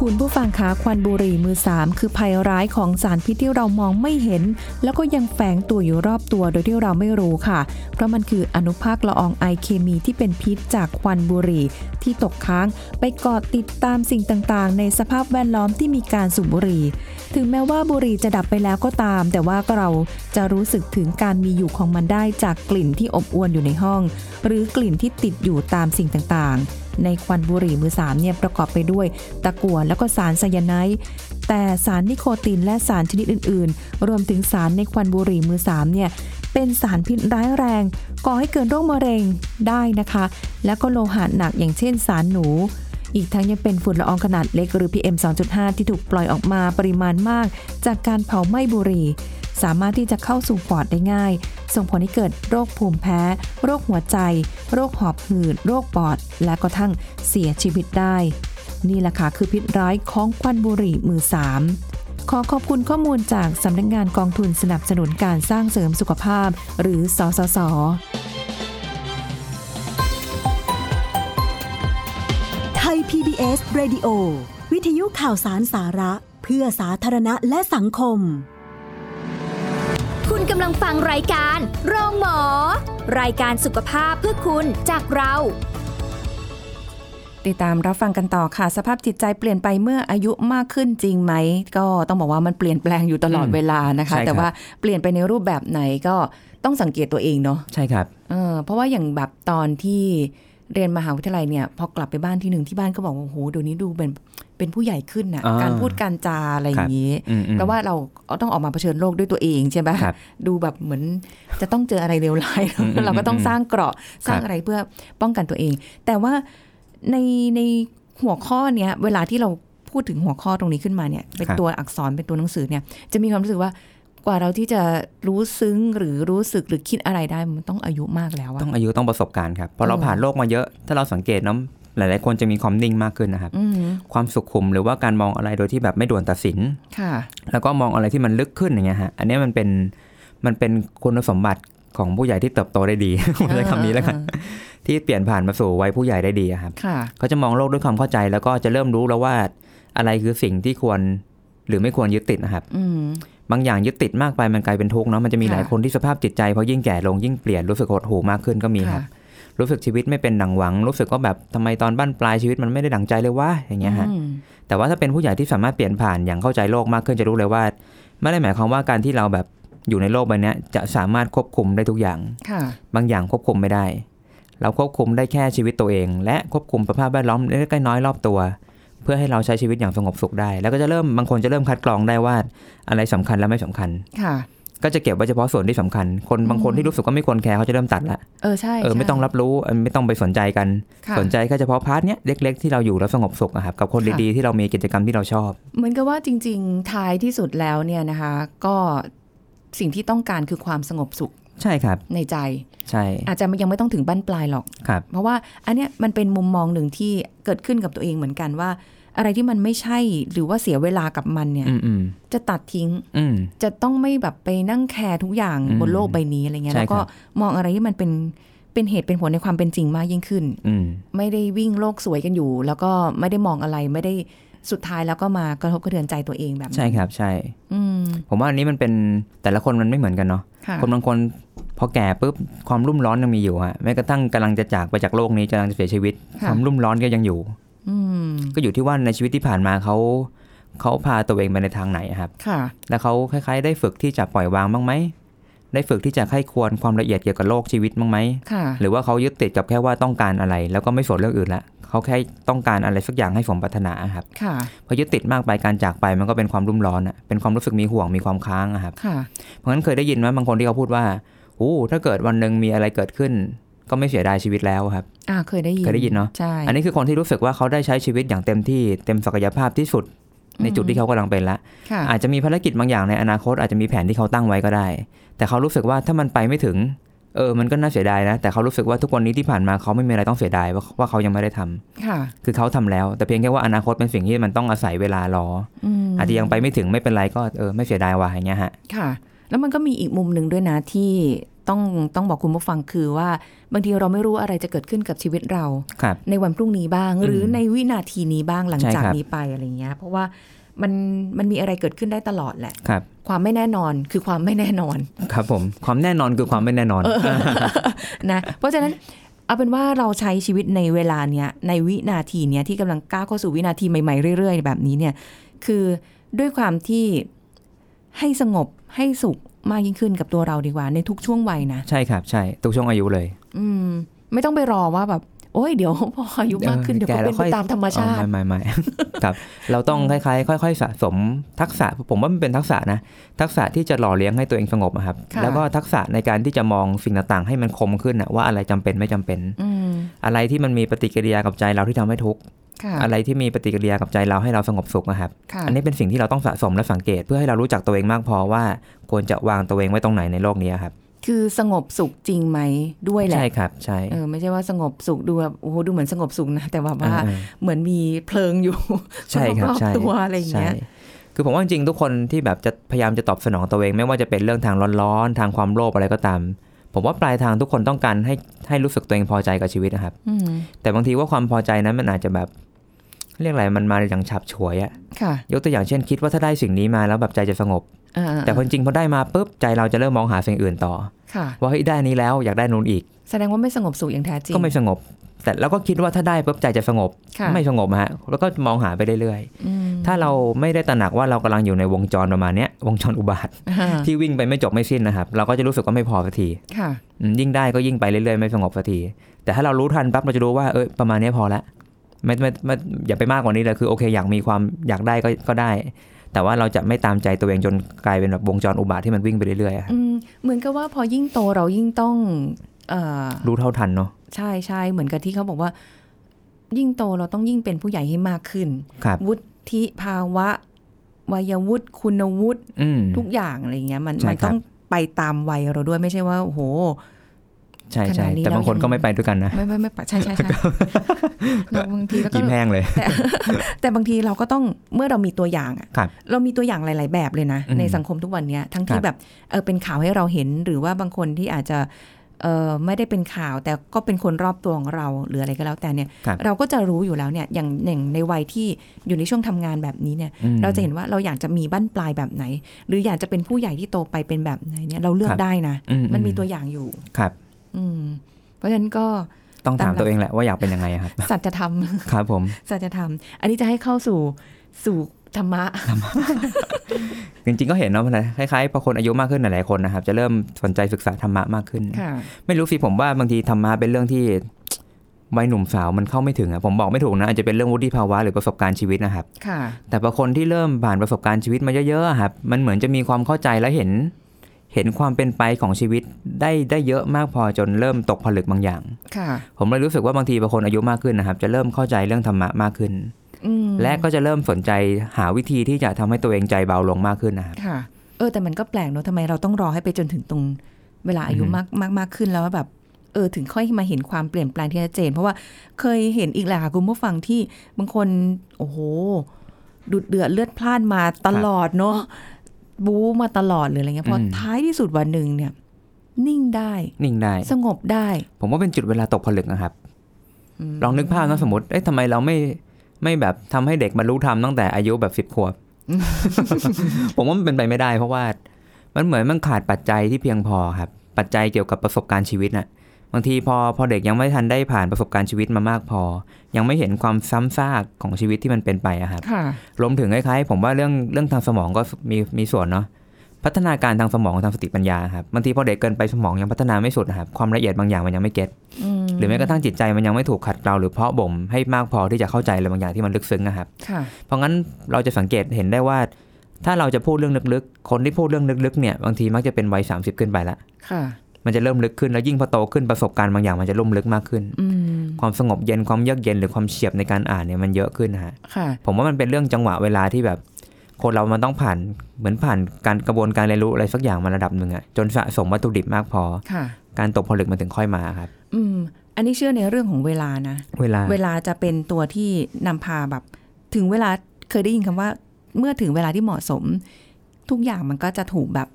S2: คุณผู้ฟังคะควันบุหรี่มือ 3 คือภัยร้ายของสารพิษที่เรามองไม่เห็น แล้วก็ยังแฝงตัวอยู่รอบตัวโดยที่เราไม่รู้ค่ะ เพราะมันคืออนุภาคละอองไอเคมีที่เป็นพิษจากควันบุหรี่ ที่ตกค้างไปเกาะติดตามสิ่งต่างๆ ในสภาพแวดล้อมที่มีการสูบบุหรี่ ถึงแม้ว่าบุหรี่จะดับไปแล้วก็ตาม แต่ว่าเราจะรู้สึกถึงการมีอยู่ของมันได้จากกลิ่นที่อบอวนอยู่ในห้อง หรือกลิ่นที่ติดอยู่ตามสิ่งต่างๆ ในควันบุหรี่มือสามเนี่ยประกอบไปด้วย ตะกั่วแล้วก็สารไซยาไนด์แต่สารนิโคตินและสารชนิดอื่นๆ รวมถึงสารในควันบุหรี่มือสามเนี่ยเป็นสารพิษร้ายแรงก่อให้เกิดโรคมะเร็งได้นะคะ แล้วก็โลหะหนักอย่างเช่นสารหนู อีกทั้งยังเป็นฝุ่นละอองขนาดเล็กหรือ PM 2.5 ที่ถูกปล่อยออกมาปริมาณมาก จากการเผาไหม้บุหรี่ สามารถที่จะเข้าสู่ปอดได้ง่าย ส่งผลให้เกิดโรคภูมิแพ้ โรคหัวใจ โรคหอบหืด โรคปอด และกระทั่งเสียชีวิตได้ นี่แหละค่ะคือพิษร้ายของควันบุหรี่มือ 3 ขอขอบคุณข้อมูลจากสำนักงานกองทุนสนับสนุนการสร้างเสริมสุขภาพ หรือสสส
S4: ไทย PBS Radio วิทยุข่าวสารสาระ เพื่อสาธารณะและสังคม
S1: คุณกำลังฟังรายการโรงหมอ รายการสุขภาพเพื่อคุณจากเรา
S2: ติดตามรับฟังกันต่อค่ะ สภาพจิตใจเปลี่ยนไปเมื่ออายุมากขึ้นจริงไหม ก็ต้องบอกว่ามันเปลี่ยนแปลงอยู่ตลอด
S3: อืม
S2: เวลานะคะ
S3: ใช่ครับ
S2: แต่ว่าเปลี่ยนไปในรูปแบบไหนก็ต้องสังเกตตัวเองเนาะ
S3: ใช่ครับ
S2: เออเพราะว่าอย่างแบบตอนที่เรียนมหาวิทยาลัยเนี่ยพอกลับไปบ้านที่หนึ่งที่บ้านก็บอกว่าโอ้โหเดี๋ยวนี้ดูเป็นเป็นผู้ใหญ่ขึ้นนะ
S3: อ่า
S2: การพูดการจาอะไรอย่างนี้
S3: อืมๆ
S2: เพราะว่าเราต้องออกมาเผชิญโลกด้วยตัวเองใช่ไหม
S3: ครับ
S2: ดูแบบเหมือนจะต้องเจออะไรเลวร้าย
S3: อืมอืม
S2: [LAUGHS] เราก็ต้อง
S3: อืม
S2: สร้างเกราะสร้าง
S3: ครับ
S2: อะไรเพื่อป้องกันตัวเอง แต่ว่าในในหัวข้อเนี้ยเวลาที่เราพูดถึงหัวข้อตรงนี้ขึ้นมาเนี่ยเป็นตัวอักษรเป็นตัวหนังสือเนี่ยจะมีความรู้สึกว่ากว่าเราที่จะรู้ซึ้งหรือรู้สึกหรือคิดอะไรได้มันต้องอายุมากแล้วอะ
S3: ต้องอายุต้องประสบการณ์ครับเพราะเรา
S2: เออ
S3: ผ่านโลกมาเยอะ ถ้าเราสังเกตเนาะหลายๆ คนจะมีความนิ่งมากขึ้นนะครับ
S2: อืม
S3: ความสุขุมหรือว่าการมองอะไรโดยที่แบบไม่ด่วนตัดสิน
S2: ค่ะ
S3: แล้วก็มองอะไรที่มันลึกขึ้นอย่างเงี้ยฮะ อันเนี้ยมันเป็นมันเป็นคุณสมบัติของผู้ใหญ่ที่เติบโตได้ดี [LAUGHS] ผมใช้คำนี้แล้วกันที่เปลี่ยนผ่านมาสู่วัยผู้ใหญ่ได้ดีอะครับ
S2: ค่ะ
S3: เขาจะมองโลกด้วยความเข้าใจแล้วก็จะเริ่มรู้แล้วว่าอะไรคือสิ่งที่ควรหรือไม่ควรยึดติดนะครับ
S2: อืม
S3: บางอย่างยึดติดมากไปมันกลายเป็นทุกข์เนาะมันจะมี
S2: ค่ะ
S3: หลายคนที่สภาพจิตใจพอยิ่งแก่ลงยิ่งเปลี่ยนรู้สึกหดหู่มากขึ้นก็มีค
S2: ค่ะ
S3: รับ รู้สึกชีวิตไม่เป็นดังหวัง รู้สึกว่าแบบทำไมตอนบั้นปลายชีวิตมันไม่ได้ดังใจเลยวะอย่างเงี้ยฮะ
S2: อืม
S3: แต่ว่าถ้าเป็นผู้ใหญ่ที่สามารถเปลี่ยนผ่านอย่างเข้าใจโลกมากขึ้นจะรู้เลยว่าไม่ได้หมายความว่าการที่เราแบบอยู่ในโลกใบเนี้ยจะสามารถควบคุมได้ทุกอย่าง
S2: ค่ะ
S3: บางอย่างควบคุมไม่ได้ เราควบคุมได้แค่ชีวิตตัวเอง และควบคุมสภาพแวดล้อมเล็กๆน้อยๆรอบตัว เพื่อให้เราใช้ชีวิตอย่างสงบสุขได้ แล้วก็จะเริ่มบางคนจะเริ่มคัดกรองได้ว่าอะไรสำคัญและไม่สำคัญ
S2: ค่ะ
S3: ก็จะเก็บไว้เฉพาะส่วนที่สำคัญ คนบางคนที่รู้สึกว่าไม่ควรแคร์เขาจะเริ่มตัดละ
S2: เออใช่
S3: เออไม่ต้องรับรู้เออไม่ต้องไปสนใจกัน
S2: ค่ะ
S3: สนใจแค่เฉพาะพาร์ทเนี้ยเล็กๆที่เราอยู่แล้วสงบสุขอะครับกับคน
S2: ค่ะ
S3: ดีๆที่เรามีกิจกรรมที่เราชอบ
S2: เหมือนกับว่าจริง ๆ ท้ายที่สุดแล้วเนี่ยนะคะ ก็สิ่งที่ต้องการคือความสงบสุข
S3: ใช่ครับ
S2: ในใจ
S3: ใช่
S2: อาจจะยังไม่ต้องถึงบั้นปลายหรอก
S3: ครับ
S2: เพราะว่าอันเนี้ยมันเป็นมุมมองหนึ่งที่เกิดขึ้นกับตัวเองเหมือนกันว่า อะไรที่มันไม่ใช่หรือว่าเสียเวลากับมันเนี่ย
S3: อืมอืม
S2: จะตัดทิ้ง
S3: อืม
S2: จะต้องไม่แบบไปนั่งแคร์ทุกอย่าง
S3: อืม
S2: บนโลกใบนี้อะไรเงี้ย
S3: ใช่
S2: แล้วก็
S3: ครับ
S2: มองอะไรที่มันเป็น เป็นเหตุเป็นผลในความเป็นจริงมากยิ่งขึ้น
S3: อืม
S2: ไม่ได้วิ่งโลกสวยกันอยู่ แล้วก็ไม่ได้มองอะไรไม่ได้สุดท้ายแล้วก็มากระทบกระเทือนใจตัวเองแบบนั้น
S3: ใช่ครับใช่
S2: อืม
S3: ผมว่าอันนี้มันเป็นแต่ละคนมันไม่เหมือนกันเนาะ
S2: ค่ะ
S3: คนบางคนพอแก่ปุ๊บความรุ่มร้อนยังมีอยู่ฮะแม้กระทั่งกำลังจะจากไปจากโลกนี้กำลังจะเสียชีวิต
S2: ะ
S3: ความรุ่มร้อนก็ยังอยู่
S2: อืม
S3: ก็อยู่ที่ว่าในชีวิตที่ผ่านมาเขาเขาพาตัวเองไปในทางไหนอะครับ
S2: ค่ะ
S3: แล้วเขาคล้ายๆ ได้ฝึกที่จะปล่อยวางบ้างไหมได้ฝึกที่จะไข้ควรความละเอียดเกี่ยวกับโลกชีวิตบ้างไหม
S2: ค่ะ
S3: หรือว่าเขายึดติดกับแค่ว่าต้องการอะไร แล้วก็ไม่สนเรื่องอื่นละเขาแค่ต้องการอะไรสักอย่างให้สมปรารถนาครับ
S2: ค่ะ
S3: พอยึดติดมากไปการจากไปมันก็เป็นความรุ่มร้อนอะเป็นความรู้สึกมีห่วงมีความค้างอะครับ
S2: ค่ะ
S3: เพราะฉะนั้นเคยได้ยินไหมบางคนที่เขาพูดว่าโอ้ถ้าเกิดวันหนึ่งมีอะไรเกิดขึ้น ก็ไม่เสียดายชีวิตแล้วครับ
S2: อ่าเคยได้ยิน
S3: เคยได้ยินเนอะ
S2: ใช่
S3: อันนี้คือคนที่รู้สึกว่าเขาได้ใช้ชีวิตอย่างเต็มที่เต็มศักยภาพที่สุด ในจุดที่เขากำลังเป็นละ
S2: ค่ะ
S3: อาจจะมีภารกิจบางอย่างในอนาคตอาจจะมีแผนที่เขาตั้งไว้ก็ได้ แต่เขารู้สึกว่าถ้ามันไปไม่ถึง เออ มันก็น่าเสียดายนะ แต่เขารู้สึกว่าทุกวันนี้ที่ผ่านมาเขาไม่มีอะไรต้องเสียดายว่าว่าเขายังไม่ได้ทำ
S2: ค่ะ
S3: คือเขาทำแล้ว แต่เพียงแค่ว่าอนาคตเป็นสิ่งที่มันต้องอาศัยเวลารอ
S2: อืม
S3: ออาจจะยังไปไม่ถึงไม่เป็นไรก็เออไม่เสียดายว่ะอย่างเงี้ยฮะ
S2: ค่ะ แล้วมันก็มีอีกมุมหนึ่งด้วยนะที่ต้องต้องบอกคุณผู้ฟังคือว่า บางทีเราไม่รู้อะไรจะเกิดขึ้นกับชีวิตเรา
S3: ครับ
S2: ในวันพรุ่งนี้บ้าง หรือในวินาทีนี้บ้างหลัง
S3: ใช่
S2: จาก
S3: ครับ
S2: นี้ไปอะไรเงี้ยเพราะว่ามันมันมีอะไรเกิดขึ้นได้ตลอดแหละ
S3: ครับ
S2: ความไม่แน่นอนคือความไม่แน่นอน
S3: ครับผม ความแน่นอนคือความไม่แน่นอน
S2: นะเพราะฉะนั้นเอาเป็นว่าเราใช้ชีวิตในเวลาเนี้ยในวินาทีเนี้ยที่กำลังก้าวเข้าสู่วินาทีใหม่ๆเรื่อยๆแบบนี้เนี่ยคือด้วยความที่ให้สงบให้สุขมากยิ่งขึ้นกับตัวเราดีกว่าในทุกช่วงวัยนะ
S3: ใช่ครับใช่ทุกช่วงอายุเลย
S2: อืมไม่ต้องไปรอว่าแบบ โอ้ยเดี๋ยวพออายุมากขึ้น
S3: เออ
S2: เดี๋ยวก็
S3: แก่แล้
S2: เป็
S3: วน ค่
S2: ไป
S3: อย
S2: ตามธรรมชาติ
S3: อ๋อไม่ไม่ [LAUGHS] ไม่ ครับ เราต้องคล้ายๆ ค่อย ๆ สะสมทักษะผมว่ามันเป็นทักษะนะ ทักษะที่จะหล่อเลี้ยงให้ตัวเองสงบอะครับ
S2: ค่ะ
S3: แล้วก็ทักษะในการที่จะมองสิ่งต่างๆ ให้มันคมขึ้นอะว่าอะไรจำเป็นไม่จำเป็น
S2: อืม
S3: อะไรที่มันมีปฏิกิริยากับใจเราที่ทำให้ทุกข์
S2: ค่ะ
S3: อะไรที่มีปฏิกิริยากับใจเราให้เราสงบสุขนะครับ
S2: ค่ะ
S3: อันนี้เป็นสิ่งที่เราต้องสะสมและสังเกต เพื่อให้เรารู้จักตัวเองมากพอว่าควรจะวางตัวเองไว้ตรงไหนในโลกนี้ครับ
S2: คือสงบสุขจริงไหมด้วยแหละ
S3: ใช่ครับใช่
S2: เออไม่ใช่ว่าสงบสุขดูแบบโอ้โหดูเหมือนสงบสุขนะแต่แบบว่า
S3: เออ
S2: เหมือนมีเพลิงอยู่
S3: ใช่ครับ
S2: รอบๆ
S3: ใช่
S2: ตัวอะไรอย่างเงี้ย
S3: ใช่คือผมว่าจริงๆทุกคนที่แบบจะพยายามจะตอบสนองตัวเองไม่ว่าจะเป็นเรื่องทางร้อนๆทางความโลภอะไรก็ตาม ผมว่าปลายทางทุกคนต้องการให้ให้รู้สึกตัวเองพอใจกับชีวิตนะครับ
S2: อืม
S3: แต่บางทีว่าความพอใจนั้นมันอาจจะแบบ เรียกอะไรมันมาอย่างฉับฉวยอะ
S2: ค่ะ
S3: ยกตัวอย่างเช่นคิดว่าถ้าได้สิ่งนี้มาแล้วแบบใจจะสงบ
S2: เออ
S3: แต่คนจริงพอได้มาปุ๊บใจเราจะเริ่มมองหาสิ่งอื่นต่อ
S2: ค่ะ
S3: ว่าเฮ้ยได้นี้แล้วอยากได้นู้นอีก
S2: แสดงว่าไม่สงบสุขอย่างแท้จริง
S3: ก็ไม่สงบ แต่แล้วก็คิดว่าถ้าได้ปุ๊บใจจะสงบ
S2: ค่ะ
S3: ไม่สงบฮะแล้วก็มองหาไปเรื่อยๆ
S2: อืม
S3: ถ้าเราไม่ได้ตระหนักว่าเรากำลังอยู่ในวงจรประมาณเนี้ยวงจรอุบาท
S2: อ่า
S3: ที่วิ่งไปไม่จบไม่สิ้นนะครับ เราก็จะรู้สึกว่าไม่พอสักที
S2: ค่ะ
S3: อืมยิ่งได้ก็ยิ่งไปเรื่อยๆไม่สงบสักทีแต่ถ้าเรารู้ทันปั๊บเราจะรู้ว่าเออประมาณเนี้ยพอละไม่ไม่ไม่อย่าไปมากกว่านี้เลยคือโอเคอยากมีความอยากได้ก็ก็ได้ แต่ว่าเราจะไม่ตามใจตัวเองจนกลายเป็นแบบวงจรอุบาทที่มันวิ่งไปเรื่อยๆอะครับ
S2: อืมเหมือนกับว่าพอยิ่งโตเรายิ่งต้องเอ่อ
S3: รู้เท่าทันเนาะ
S2: ใช่ใช่เหมือนกับที่เขาบอกว่า ยิ่งโตเราต้องยิ่งเป็นผู้ใหญ่ให้มากขึ้น
S3: ครับ
S2: วุฒิภาวะวัยวุฒิคุณวุฒิ
S3: อืม
S2: ทุกอย่างอะไรอย่างเงี้ยมัน
S3: ใช่
S2: มัน
S3: ครับ
S2: ต้องไปตามวัยเราด้วยไม่ใช่ว่าโอ้โห
S3: ใช่
S2: ข
S3: ใช่
S2: นาดนี้
S3: แต่บางคน
S2: แล้วยัง
S3: ก็ไม่ไปด้วยกันนะ
S2: ไม่ไม่ไม่ใช่ใช่ใช่เราบางทีแล้วก็
S3: ยิ้มแห้งเลย
S2: แต่ แต่บางทีเราก็ต้องเมื่อเรามีตัวอย่างอะ
S3: ครับ
S2: เรามีตัวอย่างหลาย ๆ แบบเลยนะ
S3: อืม
S2: ในสังคมทุกวันเนี้ยทั้ง
S3: ค
S2: ที่
S3: รับ
S2: แบบเออเป็นข่าวให้เราเห็นหรือว่าบางคนที่อาจจะเออไม่ได้เป็นข่าว แต่ก็เป็นคนรอบตัวของเราหรืออะไรก็แล้วแต่เนี่ย
S3: ครับ
S2: เราก็จะรู้อยู่แล้วเนี่ยอย่างอย่างในวัยที่อยู่ในช่วงทำงานแบบนี้เนี่ย
S3: อืม
S2: เราจะเห็นว่าเราอยากจะมีบั้นปลายแบบไหน หรืออยากจะเป็นผู้ใหญ่ที่โตไปเป็นแบบไหนเนี่ยเราเลือ
S3: ค
S2: ก
S3: รับ
S2: ได้นะ
S3: อื
S2: มันมีตัวอย่างอยู่
S3: ครับ
S2: อืม เพราะฉะนั้นก็
S3: ต้องถา
S2: ตาม
S3: ม
S2: หลัก
S3: ตัวเองแหละว่าอยากเป็นยังไงอะครับ [LAUGHS]
S2: สัจธรรม [LAUGHS]
S3: ครับผม
S2: สัจธรรม อันนี้จะให้เข้าสู่สู่ธรรมะ
S3: จริงๆก็เห็นเนาะมันคล้ายๆพอคนอายุมากขึ้นหลายๆคนนะครับ จะเริ่มสนใจศึกษาธรรมะมากขึ้น
S2: ค่ะ
S3: ไม่รู้สิผมว่าบางทีธรรมะเป็นเรื่องที่ วัยหนุ่มสาวมันเข้าไม่ถึงอะผมบอกไม่ถูกนะอาจจะเป็นเรื่องวุฒิภาวะหรือประสบการณ์ชีวิตนะครับ
S2: ค่ะ
S3: แต่บางคนที่เริ่มผ่านประสบการณ์ชีวิตมาเยอะๆอะครับมันเหมือนจะมีความเข้าใจและเห็น เห็นความเป็นไปของชีวิตได้ได้เยอะมากพอจนเริ่มตกผลึกบางอย่าง
S2: ค่ะ
S3: ผมเลยรู้สึกว่าบางทีบางคนอายุมากขึ้นนะครับ จะเริ่มเข้าใจเรื่องธรรมะมากขึ้น
S2: อืม
S3: และก็จะเริ่มสนใจหาวิธีที่จะทำให้ตัวเองใจเบาลงมากขึ้นนะครับ
S2: ค่ะ เออ แต่มันก็แปลกเนอะทำไมเราต้องรอให้ไปจนถึงตรงเวลาอายุ
S3: อือฮึ
S2: มากมากมากขึ้นแล้วว่าแบบ เออ ถึงค่อยมาเห็นความเปลี่ยนแปลงที่ชัดเจน เพราะว่าเคยเห็นอีกแหละค่ะคุณผู้ฟังที่บางคน โอ้โห ดุดเดือดเลือดพล่านมาตลอดเนอะบู๊มาตลอดหรืออะไรเงี้ยพออ
S3: ม
S2: ท้ายที่สุดวันหนึ่งเนี่ย นิ่งได้
S3: นิ่งได้
S2: สงบได้
S3: ผมว่าเป็นจุดเวลาตกผลึกนะครับ
S2: อืม
S3: ลองนึกภาพนะสมมติ เอ๊ะทำไมเราไม่ไม่แบบทำให้เด็กบรรลุธรรมตั้งแต่อายุแบบสิบ10ขวบ [LAUGHS] ผมว่ามันเป็นไปไม่ได้ เพราะว่ามันเหมือนมันขาดปัจจัยที่เพียงพอครับ ปัจจัยเกี่ยวกับประสบการณ์ชีวิตน่ะ บางทีพอพอเด็กยังไม่ทันได้ผ่านประสบการณ์ชีวิตมามากพอ ยังไม่เห็นความซ้ำซากของชีวิตที่มันเป็นไปอะครับ
S2: ค่ะ
S3: รวมถึงคล้ายๆผมว่าเรื่องเรื่องทางสมองก็มีมีส่วนเนาะพัฒนาการทางสมองทางสติปัญญาครับบางทีพอเด็กเกินไปสมองยังพัฒนาไม่สุดนะครับความละเอียดบางอย่างมันยังไม่เก็ตหรือแม้กระทั่งจิตใจมันยังไม่ถูกขัดเกลาหรือเพาะบ่มให้มากพอที่จะเข้าใจอะไรบางอย่างที่มันลึกซึ้งนะครับ
S2: ค่ะ
S3: เพราะงั้นเราจะสังเกตเห็นได้ว่า ถ้าเราจะพูดเรื่องลึกๆ คนที่พูดเรื่องลึกๆเนี่ยบางทีมักจะเป็นวัย30 ขึ้นไปละ
S2: ค่ะ
S3: มันจะเริ่มลึกขึ้นแล้วยิ่งพอโตขึ้นประสบการณ์บางอย่างมันจะลุ่มลึกมากขึ้น
S2: อืม
S3: ความสงบเย็นความเยือกเย็นหรือความเฉียบในการอ่านเนี่ยมันเยอะขึ้นนะฮะ
S2: ค่ะ
S3: ผมว่ามันเป็นเรื่องจังหวะเวลาที่แบบ คนเรามันต้องผ่านเหมือนผ่านการกระบวนการเรียนรู้อะไรสักอย่างมาระดับหนึ่งอะจนสะสมวัตถุดิบมากพอ
S2: ค่ะ
S3: การตกผลึกมันถึงค่อยมาครับ
S2: อืม อันนี้เชื่อในเรื่องของเวลานะ
S3: เวลา
S2: เวลาจะเป็นตัวที่นำพาแบบ ถึงเวลาเคยได้ยินคำว่า เมื่อถึงเวลาที่เหมาะสม ทุกอย่างมันก็จะถูกแบบ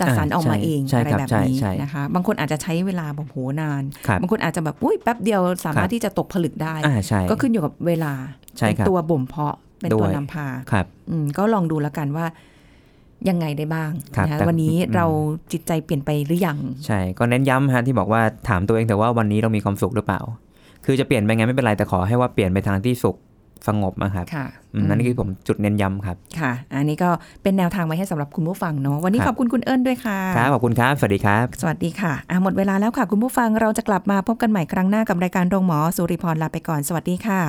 S2: จัดสรรออกมาเอง
S3: ใช่
S2: อะไร
S3: ครับ
S2: แบบ
S3: ใช่
S2: นี้
S3: ใช่
S2: นะคะ บางคนอาจจะใช้เวลาแบบโหนาน
S3: ครับ
S2: บางคนอาจจะแบบอุ้ยแป๊บเดียวสามาร
S3: ครั
S2: ถ
S3: บ
S2: ที่จะตกผลึกได้
S3: อ่าใช่
S2: ก็ขึ้นอยู่กับเวลา
S3: ใช่ครับ
S2: เป็นตัวบ่มเพาะเป็นตั
S3: ด้
S2: ว
S3: วย
S2: นำพา
S3: ครับ
S2: อืมก็ลองดูแล้วกันว่ายังไงได้บ้าง
S3: ครับ
S2: นะคะ
S3: แต่
S2: วันนี้
S3: อืม
S2: เราจิตใจเปลี่ยนไปหรือยัง
S3: ใช่ ก็เน้นย้ำฮะที่บอกว่าถามตัวเองแต่ว่าวันนี้เรามีความสุขหรือเปล่า คือจะเปลี่ยนไปไงไม่เป็นไรแต่ขอให้ว่าเปลี่ยนไปทางที่สุขสงบนะครับ
S2: ค่ะ
S3: อืมนั่นคือผมจุดเน้นย้ำครับ
S2: ค่ะ อันนี้ก็เป็นแนวทางไว้ให้สำหรับคุณผู้ฟังเนาะวันนี้
S3: ครั
S2: ขอ
S3: บ
S2: บคุณคุณเอิญด้วยค่ะ
S3: ครับขอบคุณครับสวัสดีครับ
S2: สวัสดีค่ะอ่ะ หมดเวลาแล้วค่ะคุณผู้ฟังเราจะกลับมาพบกันใหม่ครั้งหน้ากับรายการโรงหมอสุริพรลาไปก่อนสวัสดีค่ะ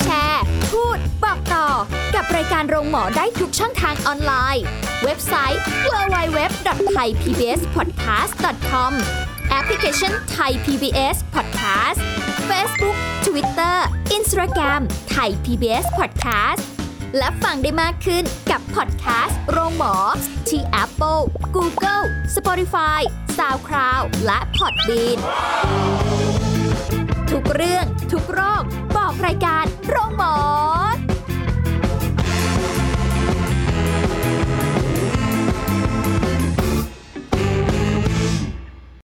S1: แชร์ พูด บอกต่อ กับรายการโรงหมอได้ทุกช่องทางออนไลน์ เว็บไซต์ www.thaipbspodcast.com แอปพลิเคชัน Thai PBS Podcast Facebook Twitter Instagram Thai PBS Podcast และฟังได้มากขึ้นกับพอดแคสต์โรงหมอ ที่ Apple, Google, Spotify, SoundCloud และ Podbean ทุกเรื่อง